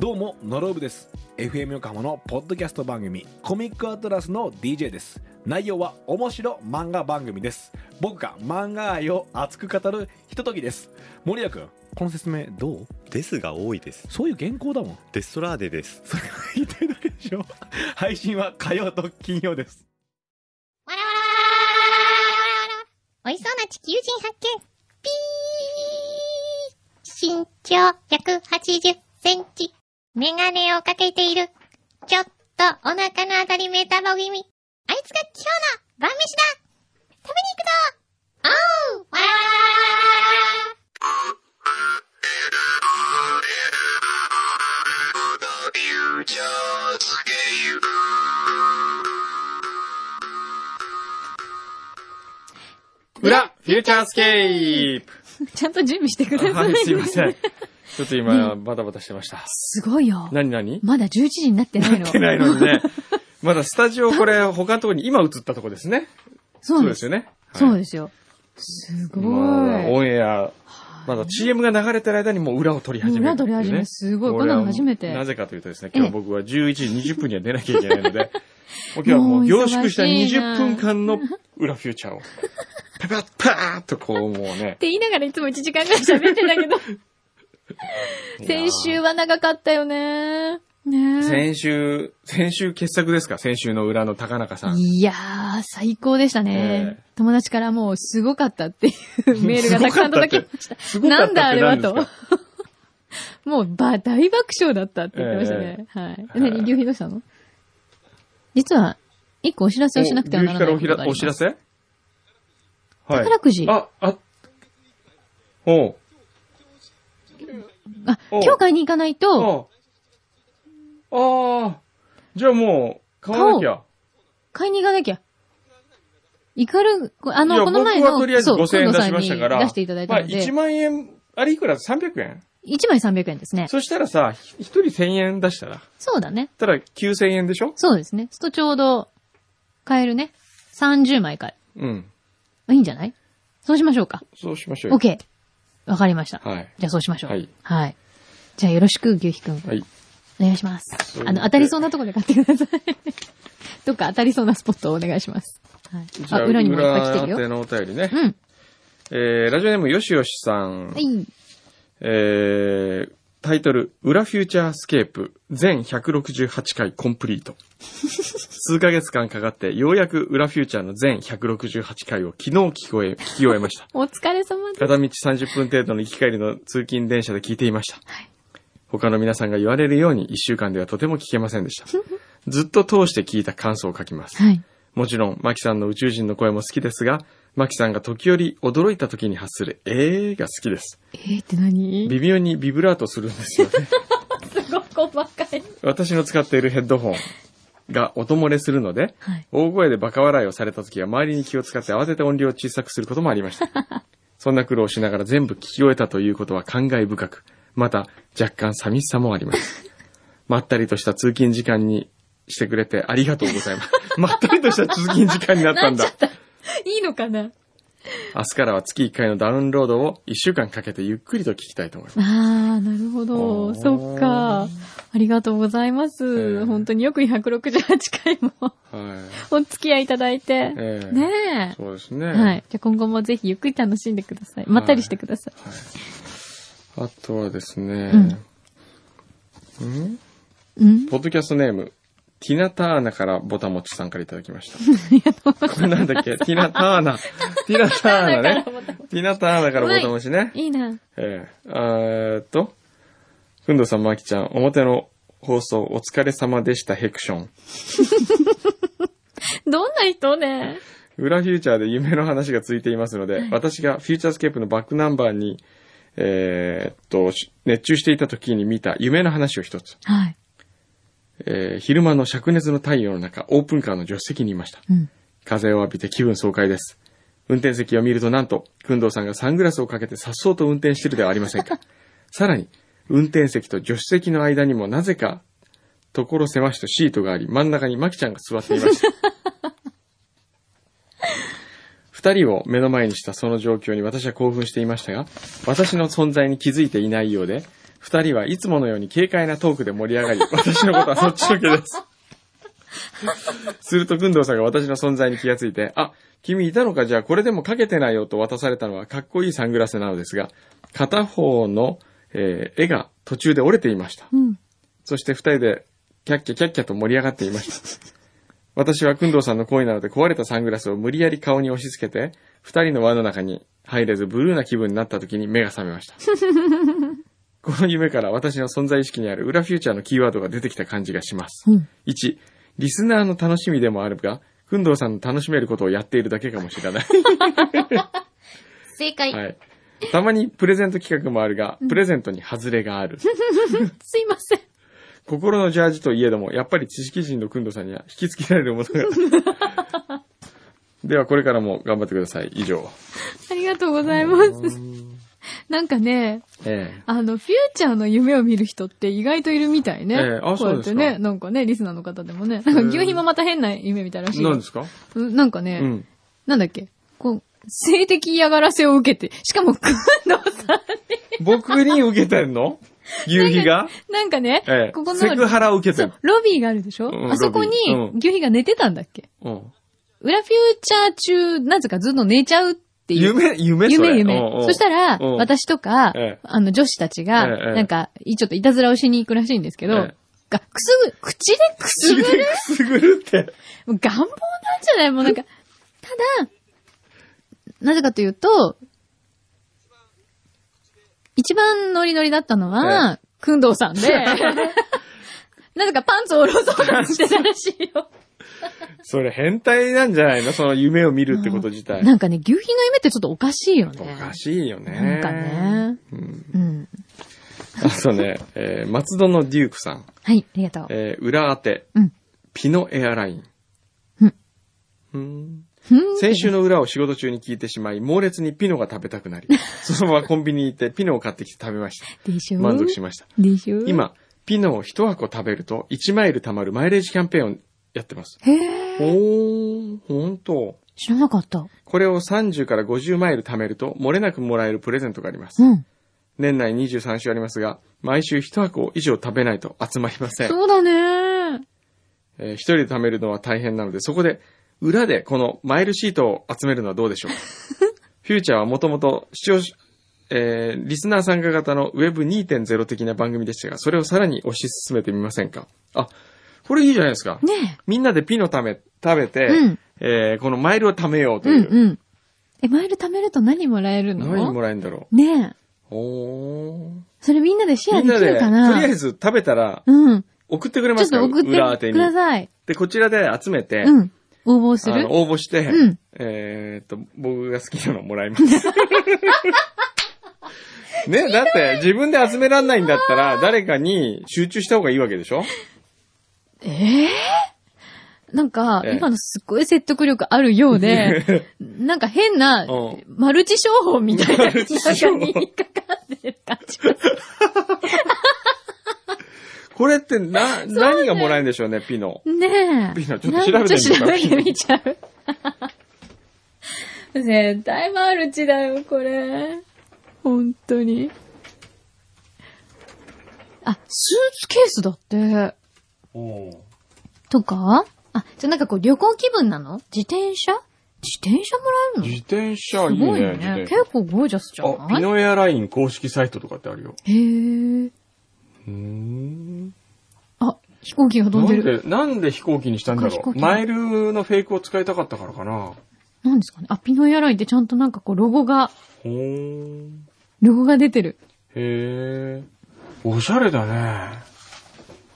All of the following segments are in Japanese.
どうもノロブです FM 横浜のポッドキャスト番組コミックアトラスの DJ です内容は面白漫画番組です僕が漫画愛を熱く語るひとときです森谷君この説明どうですが多いです。そういう原稿だもんデストラーデです。それが言いたいだけでしょ配信は火曜と金曜ですわらわら美味しそうな地球人発見ピー身長180センチ。メガネをかけている。ちょっとお腹のあたりメタボ気味。あいつが今日の晩飯だ食べに行くぞおうわらわら裏、フューチャースケープちゃんと準備してください、はい、すいません。ちょっと今、ねバタバタしてました。すごいよ。何何まだ11時になってないの。ってないのにね。まだスタジオこれ、他のとこに今映ったとこですね。そうなんでですすよよ。ね。そうです。ですよ。すごい。まあオもンエア、まだ CM が流れてる間にもう裏を取りう始める裏ってい取うね。り始め、すごい。もうこん俺なはの初めなて。ぜかというとですね、今日僕は11時20分には出なきゃいけないので、もう今日はももうう凝縮した忙しいな20分間の裏フュー チャーを、パパッパーっとこうもうねっ。て言いながらいつも1時間ぐらい喋って たけど、先週は長かったよね。ねえ先週、先週傑作ですか先週の裏の高中さん。いやー、最高でしたねえ。友達からもうすごかったっていうメー ルがたくさん届きました。すごかなったんってだあれはと何です。 もうば、大爆笑だったって言ってましたね。はい。え、何、牛皮どうしたの実は、一個お知らせをしなくてはならないおこ牛とからがあおりひらまおす。知らせはい。宝くじ。あ、あ、あ、おう。お今日買いに行かないと、あああ。じゃあもう、買わなきゃ。買いに行かなきゃ。イカル、あいやの、この前僕はの、とりあえずそう5000円出工藤さしんまにしたから。出していただいたのまあ、で1、万円、あれいくら ?300 円1枚300円ですね。そしたらさ、ひ一人1000円出したら。そうだね。たら9000円でしょそうですね。するとちょうど、買えるね。30枚買うん。えいいんじゃないそうしましょうか。そうしましょうよ。 OK。わかりました。はい。じゃあそうしましょう。はいはい。じゃあよろしく、牛皮くん。はい。お願いしますそう。あの、当たりそうなとこで買ってください。 どっか当たりそうなスポットをお願いします。はい。じゃあ、あ、裏にもいっぱい来てる裏宛よ。のお便りね。うん。えー、ラジオネームよしよしさん。はい。えー、タイトル、裏フューチャースケープ、全168回コンプリート。 数ヶ月間かかって、ようやく裏フューチャーの全168回を昨日聞こえ、聞き終えました。 お疲れ様です。片道30分程度の行き帰りの通勤電車で聞いていました。他の皆さんが言われるように1週間ではとても聞けませんで した。ずっと通して聞いた感想を書きます。はい。もちろん、マキさんの宇宙人の声も好きですが、マキさんが時折驚いた時に発する、えーが好きです。えーって 何微妙にビブラートするんです よね。すごく細かい。私の使っているヘッドホンが音漏れするので、はい。大声でバカ笑いをされた時は周りに気を使って慌てて音量を小さくすることもありました。 そんな苦労をしながら全部聞き終えたということは感慨深く、また若干寂しさもあります。まったりとした通勤時間にしてくれてありがとうござ います。まったりとした通勤時間になったんだ。いいのかな明日からは月1回のダウンロードを1週間かけてゆっくりと聞きたいと思います。あー、なるほおど。ーそっか。ありがとうございまええす。本当によく168回も はい。お付き合いいただいて。ええねそうですね。え。はい。じゃあ今後もぜひゆっくり楽しんでください。まったりしてください。あとはですね、んうんポッドキャストネーム、ティナターナからボタモチさんからいただきま した。これなんだっけティナター ナ。ティナターナね。ティナターナからボタモチね。いいな。えええーっと、ふんどさん、まきちゃん、表の放送お疲れ様でした、ヘクション。どんな人ね。裏フューチャーで夢の話がついていますので、私がフューチャースケープのバックナンバーに、えーっと、し熱中していた時に見た夢の話を一つ。はい。えー昼間の灼熱の太陽の中、オープンカーの助手席にいました。うん。風を浴びて気分爽快です。運転席を見るとなんと、くんどうさんがサングラスをかけて颯爽と運転してるではありません か。さらに、運転席と助手席の間にもなぜか、所狭しとシートがあり、真ん中にマキちゃんが座っていました。二人を目の前にしたその状況に私は興奮していましたが、私の存在に気づいていないようで、二人はいつものように軽快なトークで盛り 上がり、私のことはそっちのけです。すると、軍藤さんが私の存在に気がついて、あ、君いたのかじゃあこれでもかけてないよと渡されたのはかっこいいサングラスなのですが、片方の、えー絵が途中で折れていました。うん。そして二人で、キャッキャキャッキャと盛り上がっていました。私は、くんどうさんの行為なので壊れたサングラスを無理やり顔に押し付けて、二人の輪の中に入れず、ブルーな気分になった時に目が覚めま した。この夢から私の存在意識にある裏フューチャーのキーワードが出てきた感じがします。うん1、リスナーの楽しみでもあるが、くんどうさんの楽しめることをやっているだけかもしれ ない。正解。はい。たまにプレゼント企画もあるが、プレゼントに外れがある。すいません。心のジャージといえども、やっぱり知識人のくんどさんには引きつけられるものが。では、これからも頑張ってください。以上。ありがとうございます。なんかね、えあの、フューチャーの夢を見る人って意外といるみたいね。ええあこそううやっですてかね、なんかね、リスナーの方でもね。なんか、牛皮もまた変な夢見たらしえいよ。何ですかうんなんかね、うん。なんだっけ、こう、性的嫌がらせを受けて、しかも、くんどうさ僕に受けてんの夕日がん、 なんかね、ええここの、セクハラを受けてそんう、ロビーがあるでしょ、うんあそこにロビーう、ん牛皮が寝てたんだっけうん。裏フューチャー中、なぜかずっと寝ちゃうっていう。夢、夢それ夢夢うんうんそしたら、うん私とか、ええあの女子たちが、ええなんか、いちょっといたずらをしに行くらしいんですけど、ええがくすぐ、口でくすぐるくすぐるって。もう願望なんじゃないもうなんか、ただ、なぜかというと、一番ノリノリだったのは、くんどうさん で、なぜかパンツを下ろそうとしてたらしいよ。それ変態なんじゃないのその夢を見るってこと自体。なんかね、牛皮の夢ってちょっとおかしいよね。おかしいよね。なんかね。うん。うん。あとね、えー松戸のデュークさん。はい、ありがとう。えー裏当て、うんピノエアラインうん。うんうん先週の裏を仕事中に聞いてしまい、猛烈にピノが食べたくな り、そのままコンビニに行ってピノを買ってきて食べました。でしょ満足しました。でしょ。今、ピノを一箱食べると1マイル貯まるマイレージキャンペーンをやってます。へえ。おー、ほんと。知らなかった。これを30から50マイル貯めると、漏れなくもらえるプレゼントがあります。うん。年内23週ありますが、毎週一箱以上食べないと集まりません。そうだね。えー一人で貯めるのは大変なので、そこで裏でこのマイルシートを集めるのはどうでしょう か。フューチャーはもともと視聴し、えーリスナー参加型の Web2.0 的な番組でしたが、それをさらに推し進めてみませんか。あ、これいいじゃないですか。ねみんなでピのため、食べて、うんえーこのマイルを貯めようえ。とういんう。うん。え、マイル貯めると何もらえるの何もらえるんだろねえ。う。おーそれみんなでシェアみんでなきで、るとかりなあえず食べたら、うん。送ってくれちまょっすかと送裏当っててくだに。さい。で、こちらで集めて、うん。応募すあるの応募して、うんえーっと、僕が好きなのもらいます。 ね、だって自分で集めらんないんだったら、誰かに集中した方がいいわけでしょええなんか、ええ今のすっごい説得力あるようで、なんか変な うん、マルチ商法みたいな中に引っかかってる感じがこれってな、何がもらえるんでしょうね、ピノ。ねえ。ピーナちょっと調べてみようかちょっと調べてみちゃう。 絶対マルチだよ、これ。本当に。あ、スーツケースだって。とかあ、じゃあなんかこう旅行気分なの自転車自転車もらえるの自転車すいいごいね、ね自転車結構ゴージャスじゃあ、ピないノエアライン公式サイトとかってあるよ。へー。うーん。あ、飛行機が飛なんでんる。で、なんで飛行機にしたんだ飛ろ行う。機マイルのフェイクを使いたかったからかな。なんですかねあ、ピノエアラインってちゃんとなんかこうロゴが、ほーん。ロゴが出てる。へえ。おしゃれだね。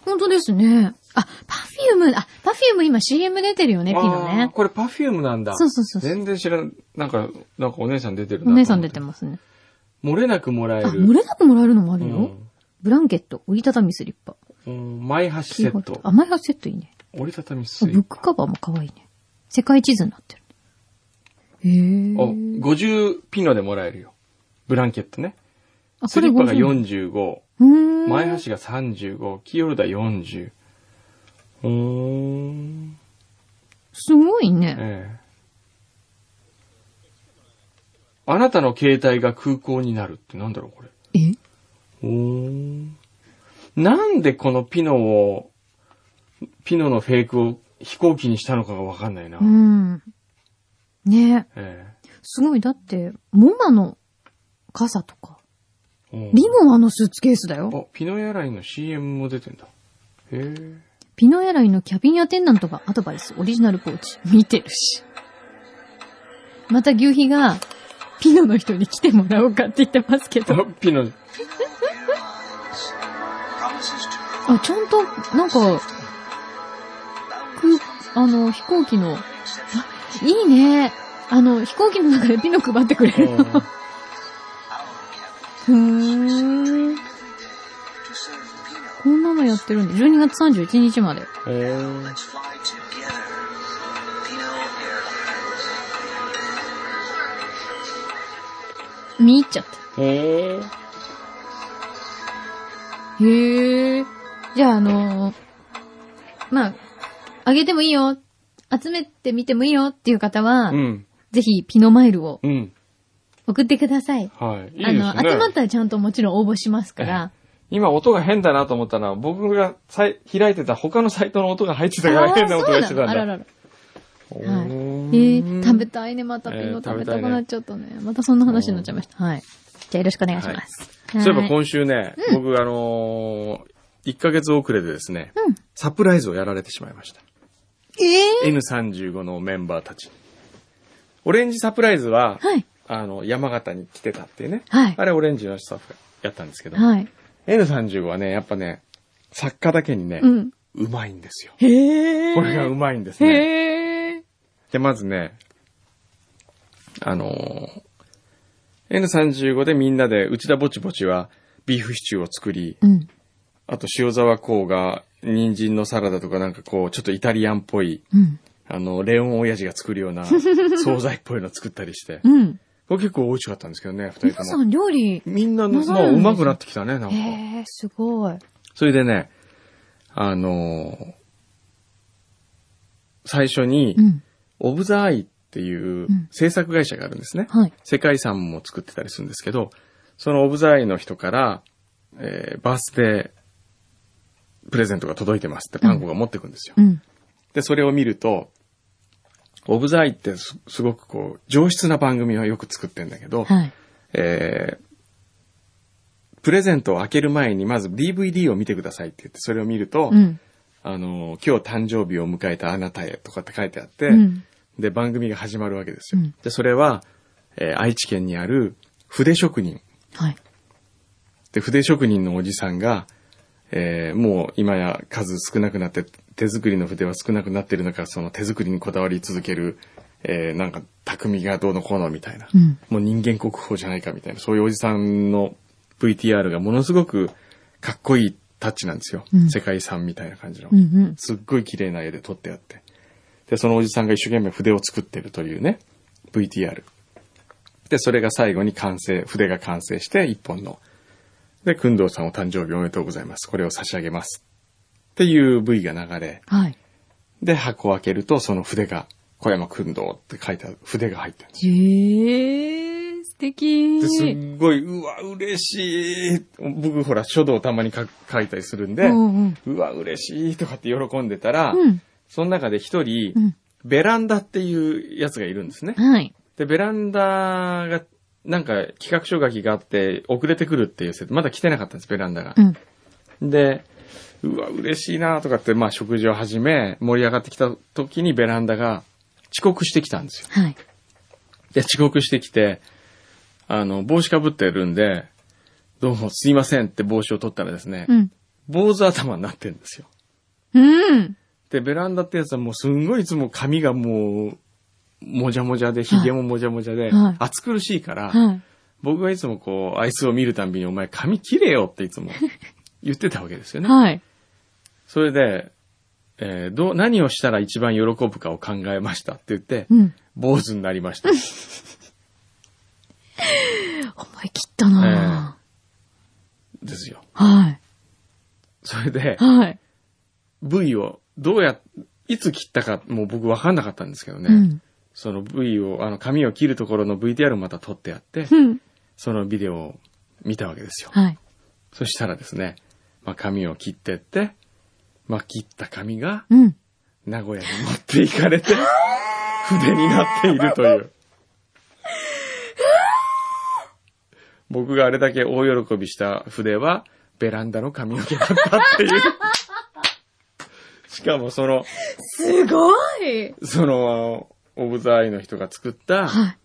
本当ですね。あ、パフューム、あ、パフューム今 CM 出てるよね、ピノあーね。これパフュームなんだ。そうそうそうそう全然知らん。なんか、なんかお姉さん出てるなお姉さん出ても。ますね。漏れなくもらえあ、る。漏れなくもらえるのもあるよ。うんブランケット、折りたたみスリッパ、うん。マイハシキセーホッルダート。あ、マイハーセットいいね。折りたたみあ水。ブックカバーも可愛いね。世界地図になってる。へあ、ー。 50ピノでもらえるよ。ブランケットね。あ、スリッパが50円。 45、うーん。マイハシが35、キーホルダー40。うーん。すごいね。ええ。あなたの携帯が空港になるってなんだろうこれ。えおーなんでこのピノを、ピノのフェイクを飛行機にしたのかがわかんないな。うん。ねええすごい。だって、モマの傘とか、おーリモアのスーツケースだよ。あ、ピノエアラインの CM も出てんだ。へえ。 ピノエラインのキャビンアテンダントがアドバイス、オリジナルポーチ。見てるし。また牛皮が、ピノの人に来てもらおうかって言ってま すけど。あピノ、あ、ちゃんと、なんか、く、あの、飛行機の、あ、いいね。あの、飛行機の中でピノ配ってくれるの。あふーん。こんなのやってるんで、12月31日まで。ーへえ。見入っちゃった。へえ。へえ。じゃあ、あのーまあ、あげてもいいよ。集めてみてもいいよっていう方は、うん。ぜひピノマイルをうん。送ってください。はい。いいですあね。の、集まったらちゃんともちろん応募しますから。今音が変だなと思ったのは、僕がさい開いてた他のサイトの音が入ってたからー変な音がしてそうなたんのだ。あららら。おはいえーー、食べたいね、またピえノー食食べべたたいねくなっちゃったね。またそんな話になっちゃいました。はい。じゃあよろしくお願いします。そういえはばい今週ね、僕あのー、1ヶ月遅れでですね、サプライズをやられてしまいました。え N35 のメンバーたちに。オレンジサプライズは、ー、はい。あの、山形に来てたっていうね。はいあれオレンジのスタッフがやったんですけど、はい。 N35 はね、やっぱね、作家だけにね、うん。うまいんですよ。へえ。これがうまいんですね。へえ。で、まずね、あのー N35 でみんなで、内田ぼちぼちはビーフシチューを作り、うん。あと塩沢こうが人参のサラダとかなんかこう、ちょっとイタリアンっぽい、うん。あの、レオン親父が作る ような惣菜っぽいの作ったりして、うん。これ結構美味しかったんですけどね、二人皆とさも。ん料理、みんなの、長まいあ、んですうねまくなってきたね、なんか。へえ、すごい。それでね、あのー最初に、うん。オブザアイっていううん制作会社があるんですね。はい。世界遺産も作ってたりするんですけど、そのオブザアイの人から、えーバースデープレゼントが届いてますってパンコが持ってくんですよ。うん。で、それを見ると、オブザアイってすすごくこう、上質な番組をよく作ってんだけど、はい。えープレゼントを開ける前にまず DVD を見てくださいって言って、それを見ると、うん。あの、今日誕生日を迎えたあなたへとかって書いてあって、うん。で、番組が始まるわけですよ。うんで、それは、えー愛知県にある筆職人。はい。で、筆職人のおじさんが、えーもう今や数少なくなって、手作りの筆は少なくなってる中、その手作りにこだわり続ける、えーなんか、匠がどうのこうのみたいな。うん。もう人間国宝じゃないかみたいな、そういうおじさんの VTR がものすごくかっこいいタッチなんですよ。うん世界遺産みたいな感じの。うん。うん。すっごい綺麗な絵で撮ってあって。で、そのおじさんが一生懸命筆を作ってるというね、VTR。で、それが最後に完成、筆が完成して一本の。で、くんどうさんお誕生日おめでとうございます。これを差し上げます。っていう V が流れ。はい。で、箱を開けるとその筆が、小山くんどうって書いてある筆が入ってるんですよへえ、素敵。ですっごい、うわ、嬉しい。僕、ほら、書道たまに書書いたりするんで、ううんうん。わ、嬉しいとかって喜んでたら、うん。その中で一人、うん。ベランダっていうやつがいるんですね。はい。で、ベランダが、なんか企画書書きがあって、遅れてくるっていう設定、まだ来てなかったんです、ベランダがう。ん。で、うわ、嬉しいなとかって、まあ、食事を始め、盛り上がってきた時にベランダが遅刻してきたんですよ。はい。で、遅刻してきて、あの、帽子かぶってるんで、どうもすいませんって帽子を取ったらですね、うん。坊主頭になってるんですよ。うん。で、ベランダってやつはもうすんごいいつも髪がもう、もじゃもじゃで、髭ももじゃもじゃで、はい暑苦しいから、はい。僕がいつもこう、あいつを見るたんびにお前髪切れよっていつ も言ってたわけですよね。はい。それで、えーどう、何をしたら一番喜ぶかを考えましたって言って、うん。坊主になりま した。思い切ったなですよ。ぁ。はい。それで、はい。 V をどうや、いつ切ったかもう僕わかんなかったんですけどね。うん。その V を、あの髪を切るところの VTR をまた撮ってあって、うん。そのビデオを見たわけですよ。はい。そしたらですね、まあ、髪を切ってって、まあ、切った髪がうん。名古屋に持っていかれて、筆になっているという。僕があれだけ大喜びした筆は、ベランダの髪の毛だったって いう。しかもその、すごいその、オブザアイの人が作ったはい、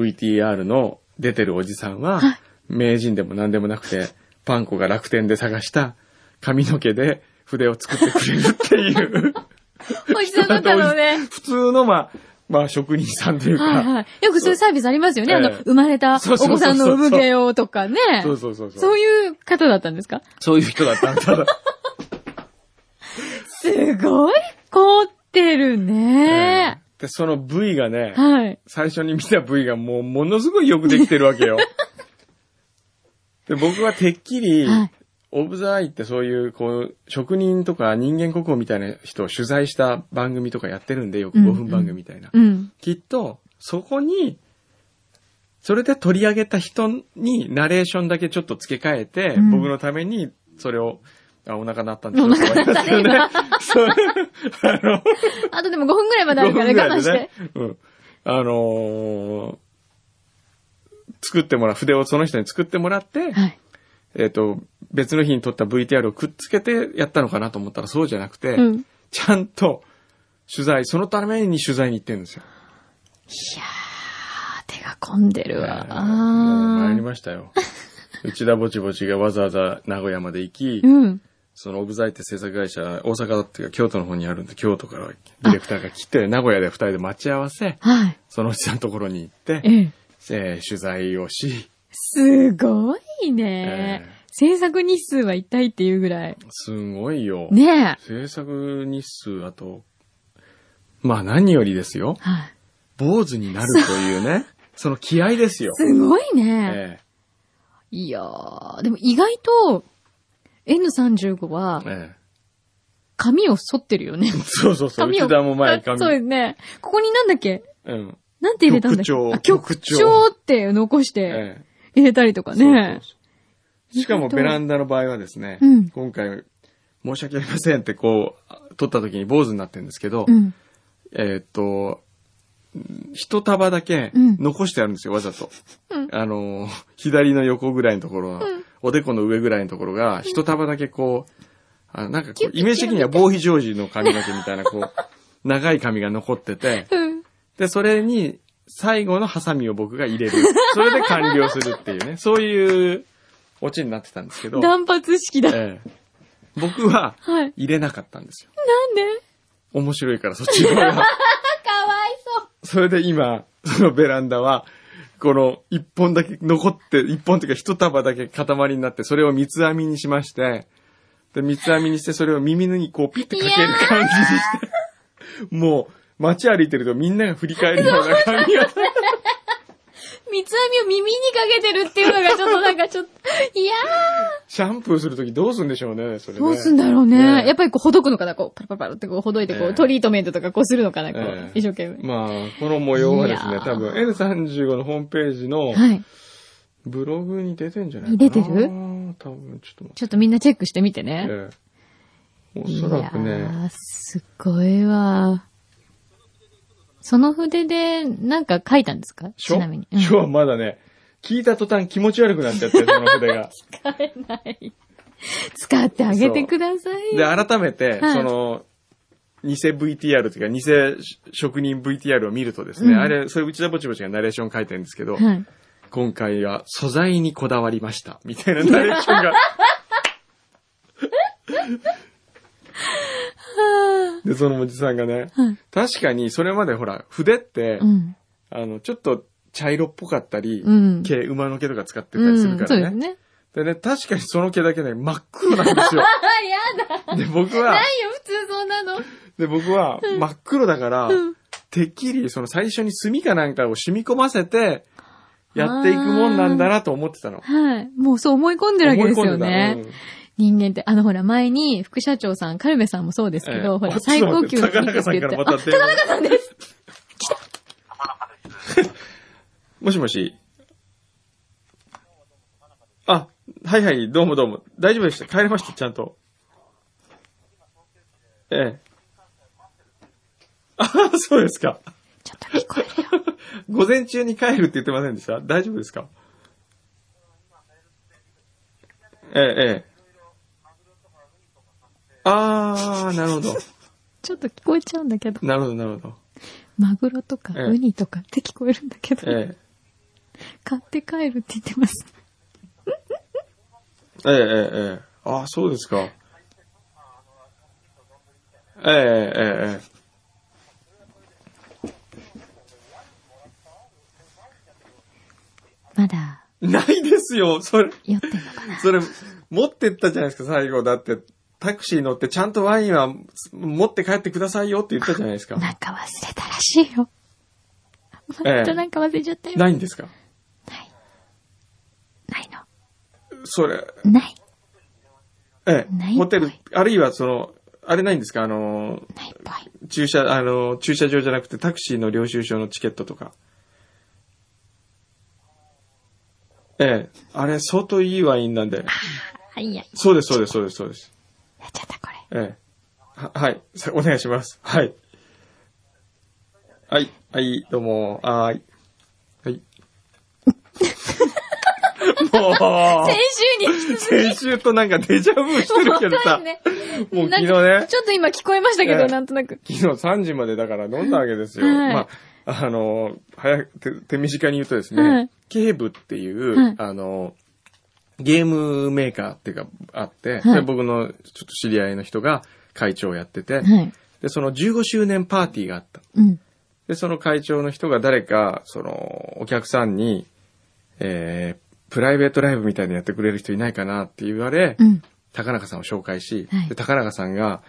VTR の出てるおじさんは、名人でも何でもなくて、パンコが楽天で探した髪の毛で筆を作ってくれるっていう。 おじさんだったのね。普通の、まあ、まあ、職人さんというか、はいはい。よくそういうサービスありますよね。あそうの、ええ生まれたおそうそうそ子うそうさんの産毛用とかね。そうそうそうそうそういう方だったんですかそういう人だったんだ。すごい凝ってる ね。で、その V がね、はい。最初に見た V がもうものすごいよくできてるわけ よ。で、僕はてっきり、はいオブザアイってそういう、こう、職人とか人間国宝みたいな人を取材した番組とかやってるんで、よくうんう5ん分番組みたいな。うん。きっと、そこに、それで取り上げた人にナレーションだけちょっと付け替えて、ん僕のためにそれを、あ、お腹鳴ったんでしょお腹鳴ったね、そう、あの、 あとでも5分くらいまであ5るから分我ぐら慢いしでねて。。うん。あのー作ってもらう、筆をその人に作ってもらって、はい。えっ、と、別の日に撮った VTR をくっつけてやったのかなと思ったらそうじゃなくて、うん。ちゃんと取材、そのために取材に行ってるんですよ。あ、手が込んでるわ。もう参りあました よ。内田ぼちぼちがわざわざ名古屋まで行き、ーうん。そのオブザイって制作会社、大阪だっていうか京都の方にあるんで、京都からディレクターが来て、名古屋で二人で待ち合わせ、はい。そのおじさんのところに行って、ええ。えー取材をし、すごいね。ええ制作日数は一体っていうぐらい。すごいよ。ねえ。制作日数、あと、まあ何よりですよ。はい。坊主になるという ね、その気合ですよ。すごいね。えいやー、でも意外と、N35 はえ、え髪を剃ってるよねえ。そうそうそう。髪を。内田も前あ そうで髪。すね。ここになんだっけうん。なんて入れたんだっけ局長あ局長って残してええ入れたりとかね。そうそうそうしかもベランダの場合はですね、うん今回、申し訳ありませんってこう、撮った時に坊主になってるんですけど、うん。えーっと、一束だけうん残してあるんですよ、わざと。うんあのー、左の横ぐらいのところ、おでこの上ぐらいのところが、一束だけこう、あなんかこう、イメージ的には防肥ジョージの髪の毛みたいな、こう、長い髪が残って て、うん。で、それに、最後のハサミを僕が入れる。それで完了するって いうね。そういう、オチになってたんですけど、断髪式だ。ええ僕は、はい。入れなかったんですよ。なんで面白いから、そっちの方が。 かわいそう。それで今、そのベランダは、この一本だけ残って、一本というか一束だけ塊になって、それを三つ編みにしまして、で、三つ編みにして、それを耳にこうピッてかける感じにして、もう街歩いてるとみんなが振り返るような感じが、 三つ編みを耳にかけてるっていうのがちょっとなんかちょ っと、いやシャンプーするときどうするんでしょうね、それね。ー。どうすんだろうね。えやっぱりこう、ほどくのかなこう、パラパラパラってこう、ほどいてこえう、えトリートメントとかこうするのかなこえうえ、一生懸命。まあ、この模様はですいねや、ー多分 N35 のホームページのはい。ブログに出てんじゃないかな。出てる多分、ちょっと待って。ちょっとみんなチェックしてみてね。ええおそらくいやね。ー、すごいわ。その筆で、なんか書いたんですかち書なみに。うん書はまだね、聞いた途端気持ち悪くなっちゃって、その筆 が。使ってあげてください。で、改めて、はいその、偽 VTR というか、偽職人 VTR を見るとですね、うんあれ、それ内田ぼちぼちがナレーション書いてるんですけど、はい。今回は素材にこだわりました、みたいなナレーション が。で、そのおじさんがね、はい確かにそれまでほら、筆って、うん。あの、ちょっと茶色っぽかったり、うん毛、馬の毛とか使ってたうりんするかそうでらすね。ね。でね、確かにその毛だけね、真っ黒なん ですよ。あ、やだ。で、僕はな、いよ、普通そんなの。で、僕は真っ黒だから、てっきりその最初に墨かなんかを染み込ませて、やっていくもんなんだなと思ってたの。はい。もうそう思い込んでるわけ思いです込よんでた。ね。うん人間って、あのほら前に副社長さん、カルベさんもそうですけえど、えほらあ最高級のちょっと待って高中さんからまた電話。あ高中さん です。もしもし。あ、はいはい、どうもどうも。大丈夫でした。帰れました、ちゃんと。ええ。ああ、そうですか。ちょっと聞こえるよ。午前中に帰るって言ってませんでした大丈夫ですかええ、ええ。ああ、なるほど。ちょっと聞こえちゃうんだけど。なるほど、なるほど。マグロとかええウニとかって聞こえるんだけど。え買って帰るって言ってます。え、ええ、ええ、ええ。ああ、そうですか。ええ、ええ、ええ。まだ、ないですよ、それ。酔ってんのかなそれ、持ってったじゃないですか、最後。だって、タクシー乗って、ちゃんとワインは持って帰ってくださいよって言ったじゃないですか。なんか忘れたらしいよ。ええまたなんか忘れちゃったよ。ないんですかない。ないそれ、の。ない。えなえ、いホテル、あるいはその、あれないんですかあの、ないっぽい。駐車、あの、駐車場じゃなくてタクシーの領収書のチケットとか。ええ、あれ、相当いいワインなんで。はい、いや、やそうです、そうです、そうです、そうです。っちゃったこれ。ええ。は、はい。 さお願いします。はい。はい。はい、どうも。はーい。 はい。も先週に引きう、先週となんかデジャブしてるけど さ、ね。もう昨日なんかね、ちょっと今聞こえましたけえど、えなんとなく。昨日3時までだから飲んだわけですよ。はいまあ、あの、早く、手手短に言うとですね、はいケーブっていう、はいあの、ゲームメーカーっていうか、あって、はいで僕のちょっと知り合いの人が会長をやってて、はい。で、その15周年パーティーがあった。うん。で、その会長の人が誰か、その、お客さんに、えー、プライベートライブみたいにやってくれる人いないかなって言われ、うん。高中さんを紹介し、はいで高中さんが、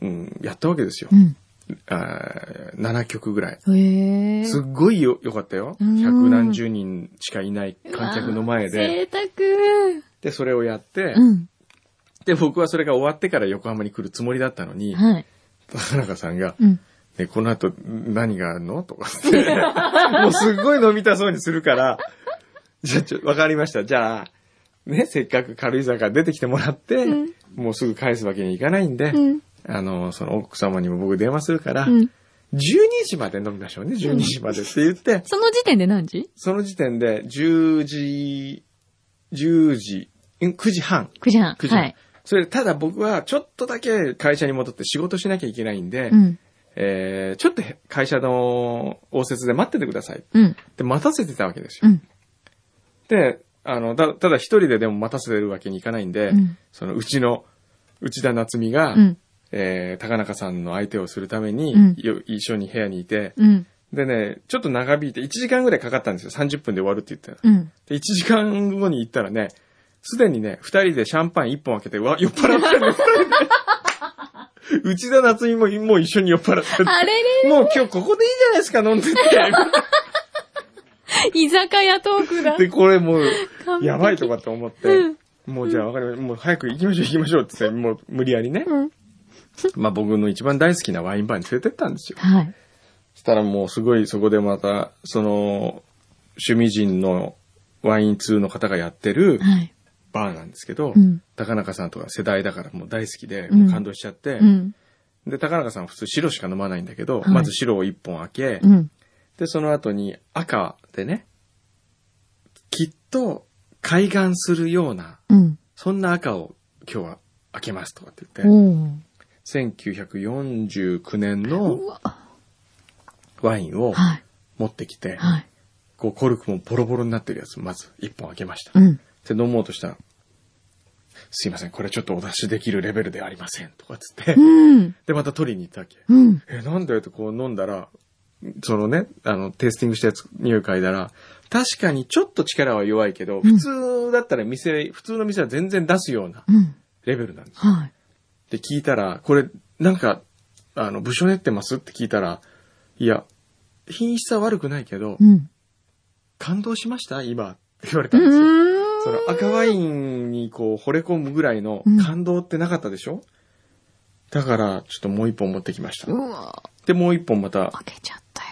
うん、やったわけですよ。うん。あー7曲ぐらい。へえ。すっごいよ、よかったよ。うん百何十人しかいない観客の前で、うわー贅で、それをやって、沢。うん。で、僕はそれが終わってから横浜に来るつもりだったのに、はい。高中さんが、うん。ね、この後何があるのとか って。もうすっごい飲みたそうにするから、じゃあちょ、わかりました。じゃあ、ね、せっかく軽井沢から出てきてもらって、うんもうすぐ返すわけにいかないんで、うん。あの、その奥様にも僕電話するから、うん。 12時まで飲みましょうね、12時までって言って、その時点で何時その時点で10時、10時、ん9時半。 ?9 時半。 9時半。はい。それで、ただ僕はちょっとだけ会社に戻って仕事しなきゃいけないんで、うん。えーちょっと会社の応接で待っててください。うん。で、待たせてたわけですうよ。ん。で、あの、たただ一人ででも待たせてるわけにいかないんで、うんそのうちの、内田夏美が、うん。えー高中さんの相手をするために、うんよ一緒に部屋にいて、うん。でね、ちょっと長引いて、1時間ぐらいかかったんですよ。30分で終わるって言ってたのうん。で、1時間後に行ったらね、すでにね、二人でシャンパン1本開けて、うわ、酔っ払ってるね二人で。内田夏美ももう一緒に酔っ払ってる。あれれもう今日ここでいいじゃないですか、飲んでって。居酒屋トー クだ。で、これもう完、璧やばいとかって思って、うんもうじゃあわかりました。もう早く行きましょう行きましょうって言って、もう無理やりね。うんまあ僕の一番大好きなワインバーに連れてったんですよ。はい。そしたらもうすごいそこでまた、その、趣味人のワイン通の方がやってるはい。バーなんですけど、うん高中さんとか世代だからもう大好きで、うんもう感動しちゃって、うん。で、高中さんは普通白しか飲まないんだけど、はいまず白を1本開け、うん。で、その後に赤でね、きっと開眼するような、うん。そんな赤を今日は開けますとかって言って、おー1949年のうわ。ワインをはい。持ってきて、はい。こうコルクもボロボロになってるやつ、まず1本開けました。うん。で、飲もうとしたら、すいません、これちょっとお出しできるレベルではありません、とかっつって、うん。で、また取りに行ったわけ。うん。え、なんだよってこう飲んだら、そのね、あの、テイスティングしたやつ、匂い嗅いだら、確かにちょっと力は弱いけど、ん普通だったら店、普通の店は全然出すようなうん。レベルなんです。はい。で、聞いたら、これ、なんか、あの、部署練ってますって聞いたら、いや、品質は悪くないけどう、ん。感動しました今、って言われうたんですよ。ーん。その赤ワインにこう惚れ込むぐらいのうん感動ってなかったでしょ、だから、ちょっともう一本持ってきました。うわ。で、もう一本また開けちゃった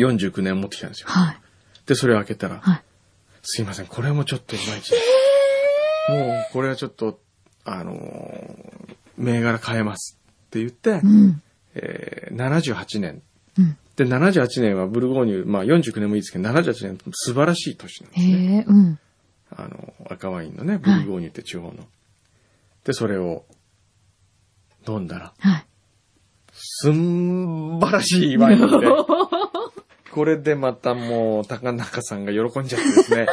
よ。 49年持ってきたんですよ。はい。で、それを開けたら、はいすいません、これもちょっといまいちで。もうこれはちょっと、あのー銘柄変えますって言って、うん。えー78年。うんで、78年はブルゴーニュ、まあ49年もいいですけど、78年素晴らしい年なんですね。へえ、うん。あの、赤ワインのね、ブルゴーニュって地方の。で、それを飲んだら、はい。すんばらしいワイン で。これでまたもう、高中さんが喜んじゃってですね。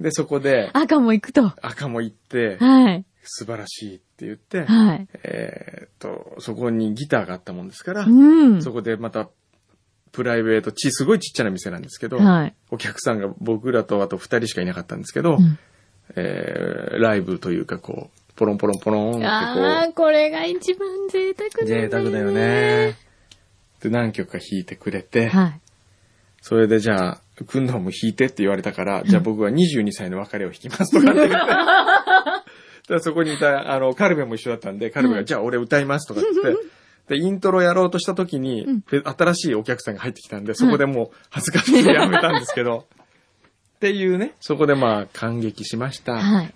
で、そこで、赤も行くと。赤も行って、はい。素晴らしいって言って、はい。えーっと、そこにギターがあったもんですから、うん。そこでまた、プライベート、ち、すごいちっちゃな店なんですけど、はい。お客さんが僕らとあと二人しかいなかったんですけど、うんえーライブというかこう、ポロンポロンポロンってこああ、これが一番贅う、沢だよ贅ね。沢だよ。ね。で、何曲か弾いてくれて、はい。それでじゃあ、くんのも弾いてって言われたから、じゃあ僕は22歳の別れを弾きますとか って言って。だからそこにいた、あの、カルベも一緒だったんで、カルベが、じゃあ俺歌いますとかって言って、で、イントロやろうとした時に、で新しいお客さんが入ってきたんで、そこでもう恥ずかしくてやめたんですけど、っていうね、そこでまあ感激しました。はい。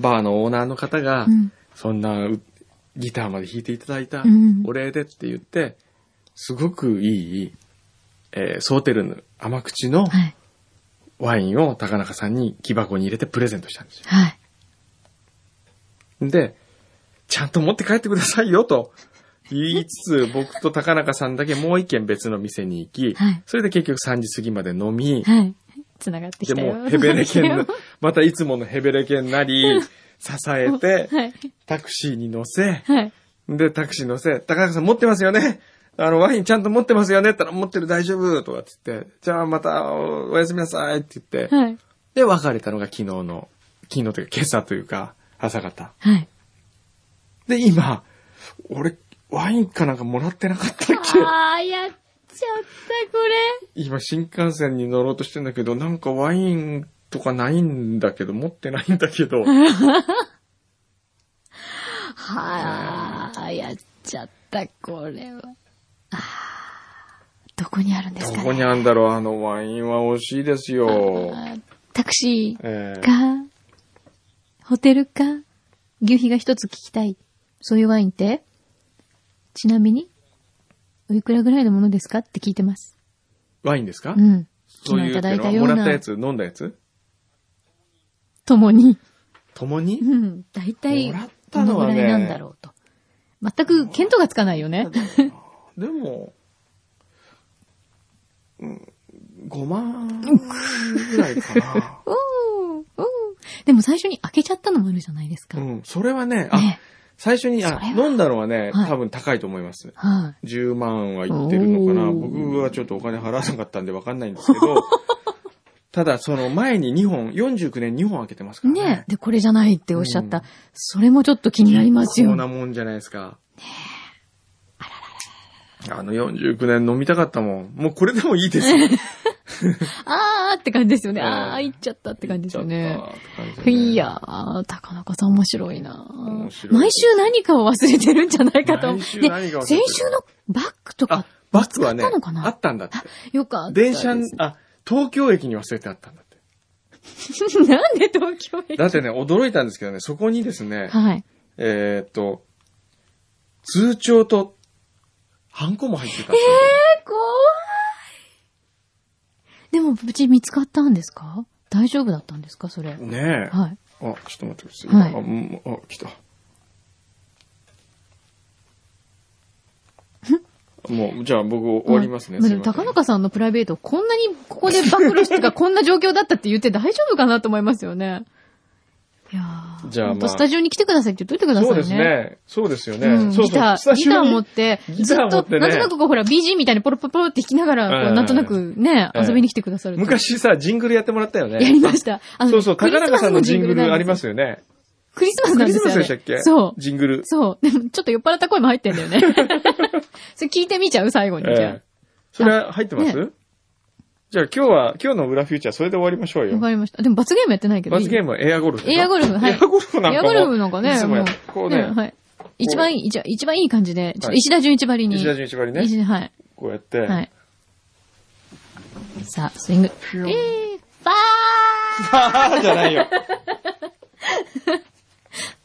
バーのオーナーの方が、うん。そんなうギターまで弾いていただいたうんお礼でって言って、すごくいい、えーソーテルの甘口のはい。ワインを高中さんに木箱に入れてプレゼントしたんですよ。はい。で、ちゃんと持って帰ってくださいよと言いつ つ、僕と高中さんだけもう一軒別の店に行き、はいそれで結局3時過ぎまで飲み、はい。繋がってできたよ。、もうヘベレケンな またいつものヘベレケンなり、支えて、 はい。タクシーに乗せ、はい。で、タクシー乗せ、高中さん持ってますよねあの、ワインちゃんと持ってますよねって言ったら、持ってる大丈夫とかって言って、じゃあまたおおやすみなさいって言って、はい。で、別れたのが昨日の、昨日というか今朝というか、朝方。はい。で、今、俺、ワインかなんかもらってなかったっけああ、やっちゃった、これ。今、新幹線に乗ろうとしてんだけど、なんかワインとかないんだけど、持ってないんだけど、はあ、やっちゃった、これは。あーどこにあるんですどかこにね。あんだろうあのワインは惜しいですよ。あータクシーえーか、ホテルか、牛皮が一つ聞きたい。そういうワインってちなみに、おいくらぐらいのものですかって聞いてます。ワインですかうん。そう昨い日いうただいたのもようらったなや、つ飲んだやつともに。共にうん。大体、もらっどたののぐはらねいなんだろうと。全く見当がつかないよね。でも、うん、5万ぐらいかな。おーおーでも最初に開けちゃったのもあるじゃないですか。うん、それはね、あ、ね最初に、あそれ、は飲んだのはね、はい多分高いと思います。は10万はいってるのかな。おー僕はちょっとお金払わなかったんでわかんないんですけ ど、ただその前に2本、49年2本開けてますかい。らね。ねで、これじゃないっておっしゃった。うんそれもちょっと気になりますそよ。うなもんじゃないですか。あの49年飲みたかったもん。もうこれでもいいですよ。あーって感じですよね。うんあー、行っちゃったって感じですよね。いいやー、高中さん面白いな面白い毎週何かを忘れてるんじゃないかと思う。毎週何かを忘れてるで先週のバッグとあか、バスはね、使ったのかなあったんだって。よかったで電す。車 なに、あ、東京駅に忘れてあったんだって。んで東京へだってね、驚いたんですけどね、そこにですね、はい。えーっと、通帳と、ハンコも入ってたんですよえ、怖い。でも、無事見つかったんですか大丈夫だったんですかそれ。ねえ。あ、はい。ちょっと待ってください。はいあうん、あ、来た。もう、じゃあ僕終わりますね。あすでいまもせん高中さんのプライベート、こんなにここで暴露してか、こんな状況だったって言って大丈夫かなと思いますよね。いやーじゃあほんとまあスタジオに来てくださいって言っといてくださいそね。うです。ね。そうですよね。うん、そうギタそう。ー、ギター持って、ギずター持っってねと、なんとなくこう、ほら、BG みたいにポロポロポロって弾きながら、こうう、んなんとなくね、うん遊びに来てくださる。、昔さ、ジングルやってもらったよね。やりました。あ。そうそう、高中さんのジングルありますすよね。クリスマスクなんリでスすよマね。スでしたっけそう。ジングル。そう。でも、ちょっと酔っ払った声も入ってん だよね。それ聞いてみちゃう最後に、じゃええそれは入ってますじゃあ今日は、今日の裏フューチャーそれで終わりましょうあ。わよ。かりました。でも、罰ゲームやってないけどいい。罰ゲームはエアゴルフでしょ。エアゴルフはいエアゴルフなんかエアもゴルフなんかね、いつもやってもこうね、はい。一番いい、一番一番いい感じで、ちょっと石田純一張りに。石田純一張りね石田はい。こうやって、 はい。さあ、スイング。バー あーじゃないよ。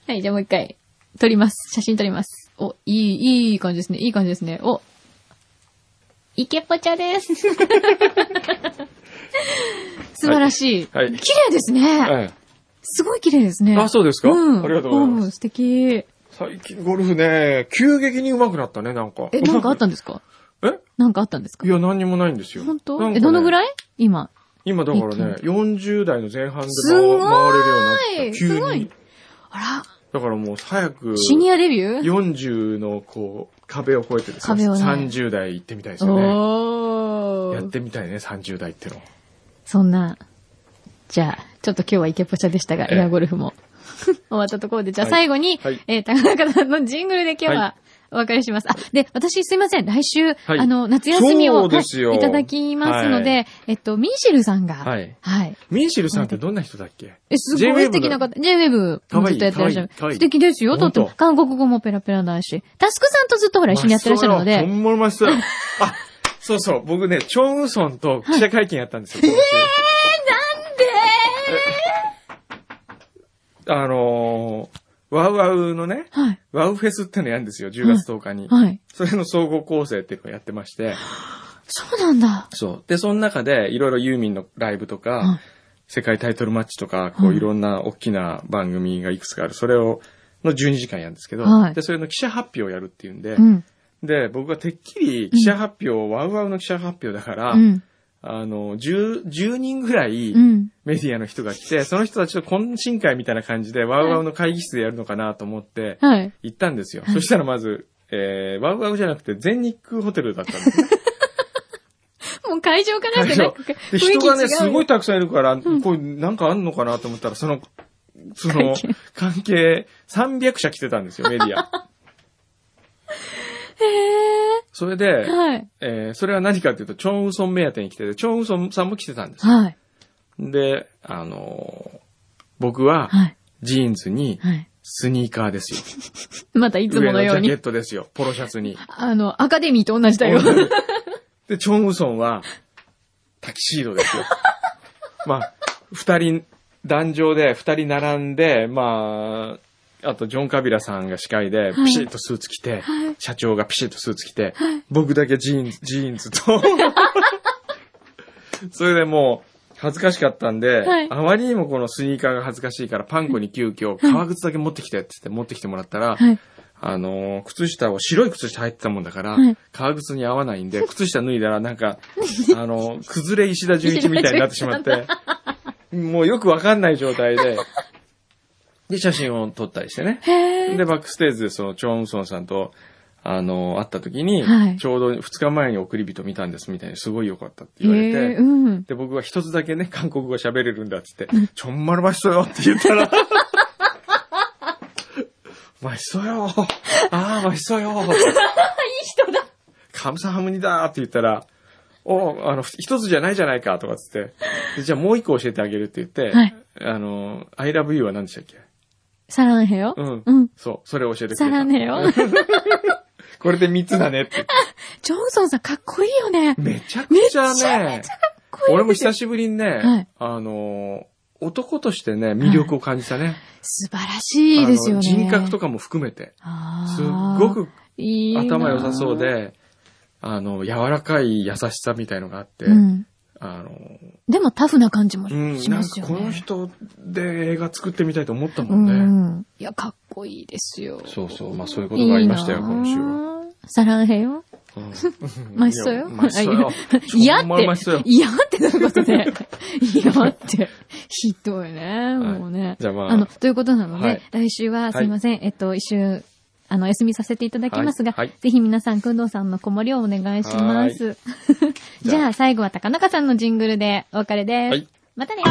はい、じゃあもう一回、撮ります。写真撮ります。お、いい、いい感じですね。いい感じですね。お、イケポチャです。素晴らしい。はいはい綺麗ですね、えすごい綺麗ですね。え。あ、そうですかうん。ありがとうございまうん、す。素敵。最近ゴルフね、急激に上手くなったね、なんか。 え、なんかあったんですかえなんかあったんですかいや、何にもないんですよ。本当、なんかねえ、どのぐらい今。今だからね、一40代の前半です回ごい回れるようになった。すご急いに。あだからもう早くら、、シニアデビュー40のこう、壁を越えてです壁をね30代行ってみたいですよね。おやっー。てみたいね、30代っての。そんな、じゃあ、ちょっと今日はイケポチャでしたが、ええエアゴルフ も終わったところで、じゃあはい最後に、はいえー高中さんのジングルで今は日はお別れします。あ、で、私すいません、来週、いあの、夏休みそを、うですよはいいただきますので、はえっと、ミーシェルさんが、はい。い。ミンシルさんってどんな人だっけえ、すごい J-Wave 素敵な方。J-Wave もずっとやってらっしゃるかわいいかわいいかわ。いい素敵ですよ、とっても本当韓国語もペラペラだし。タスクさんとずっとほら一緒にやってらっしゃるのほで、んまうまそうや。あ、そうそう、僕ね、チョンウソンと記者会見やったんですよ。えー、なんであのー、ワウワウのね、はい、ワウフェスってのやるんですよ、10月10日に。はい。それの総合構成っていうのをやってまして。そうなんだ。そう。で、その中で、いろいろユーミンのライブとか、はい世界タイトルマッチとか、こはういいろんな大きな番組がいくつかある。それを、の12時間やるんですけど、はいで、それの記者発表をやるっていうんで、うん。で、僕がてっきり記者発表、ワウワウの記者発表だから、うん。あの、10、10人ぐらいうん。メディアの人が来て、その人たちと懇親会みたいな感じで、ワウワウの会議室でやるのかなと思って、はい。行ったんですよ。いそしたらまず、えー、ワウワウじゃなくて全日空ホテルだったんですね。もう会場からじゃなくて、で、雰囲人気違がう。ね、すごいたくさんいるから、こう、なんかあんのかなと思ったら、 その、その関係、関係、300社来てたんですよ、メディア。へそれでー。、はい。えー、それは何かっていうと、チョンウソン目当てに来てて、チョンウソンさんも来てたんです。はい。で、あのー僕は、はい。ジーンズに、はい。スニーカーですよ。またいつものよう上のジャケにッ。トですよ。ポロシャツに。あの、アカデミーと同じだよ。 で、チョンウソンは、タキシード ですよ。まあ、二人、壇上で二人並んで、まあ、あと、ジョン・カビラさんが司会で、いピシッとスーツ着て、社長がピシッとスーツ着て、僕だけジーンズ、ジーンズと、 それでもう、恥ずかしかったんで、はいあまりにもこのスニーカーが恥ずかしいから、パンコに急遽、革靴だけ持ってきてって言って持ってきてもらったら、はい。あのー靴下を白い靴下入ってたもんだから、はい革靴に合わないん で、靴下脱いだらなんか、あのー崩れ石田純一みたいになってしまって、もうよくわかんない状態で、で、写真を撮ったりしてね。へー。で、バックステージでその、チョンウソンさんと、あのー会った時に、はいちょうど2日前に送り人見たんですみたいに、すごい良かったってへ言われて、ー。うん。で、僕は一つだけね、韓国語喋れるんだっつって、ちょんまるましそよって言ったら、 ましそよああ、ましそよいい人だカムサハムニだって言ったら、おあの、一つじゃないじゃないかとかっつって、でじゃあもう一個教えてあげるって言って、はいあの、I love you は何でしたっけサランヘよ。うん。うん。そう、それを教えてくれた。サランヘよ。 これで三つだねって。ジョンソンさんかっこいいよね。めちゃくちゃね、こういう俺も久しぶりにね、はいあの、男としてね、魅力を感じたね。素晴らしいですよね。あの人格とかも含めて、あー。すっごくいいなー頭良さそう。で、あの、柔らかい優しさみたいのがあって、うん。あの、でもタフな感じもうん、しなまんすかよね。この人で映画作ってみたいと思ったもうんね。ん。いや、かっこいいですよ。そうそう、まあそういうことがありましたよ、いいな今週は。あサランヘよ。 うんマシソよ。いやマシソよ嫌っほんまマシソよて、嫌ってなこと で。嫌って。ひどいね、はいもうね。じゃあまあの、ということなので、はい来週はすいません、えっと、一週、あの、お休みさせていただきますが、はいはいぜひ皆さん、くんどうさんの子守りをお願い します。じゃあ、最後は高中さんのジングルでお別れです。はいまたね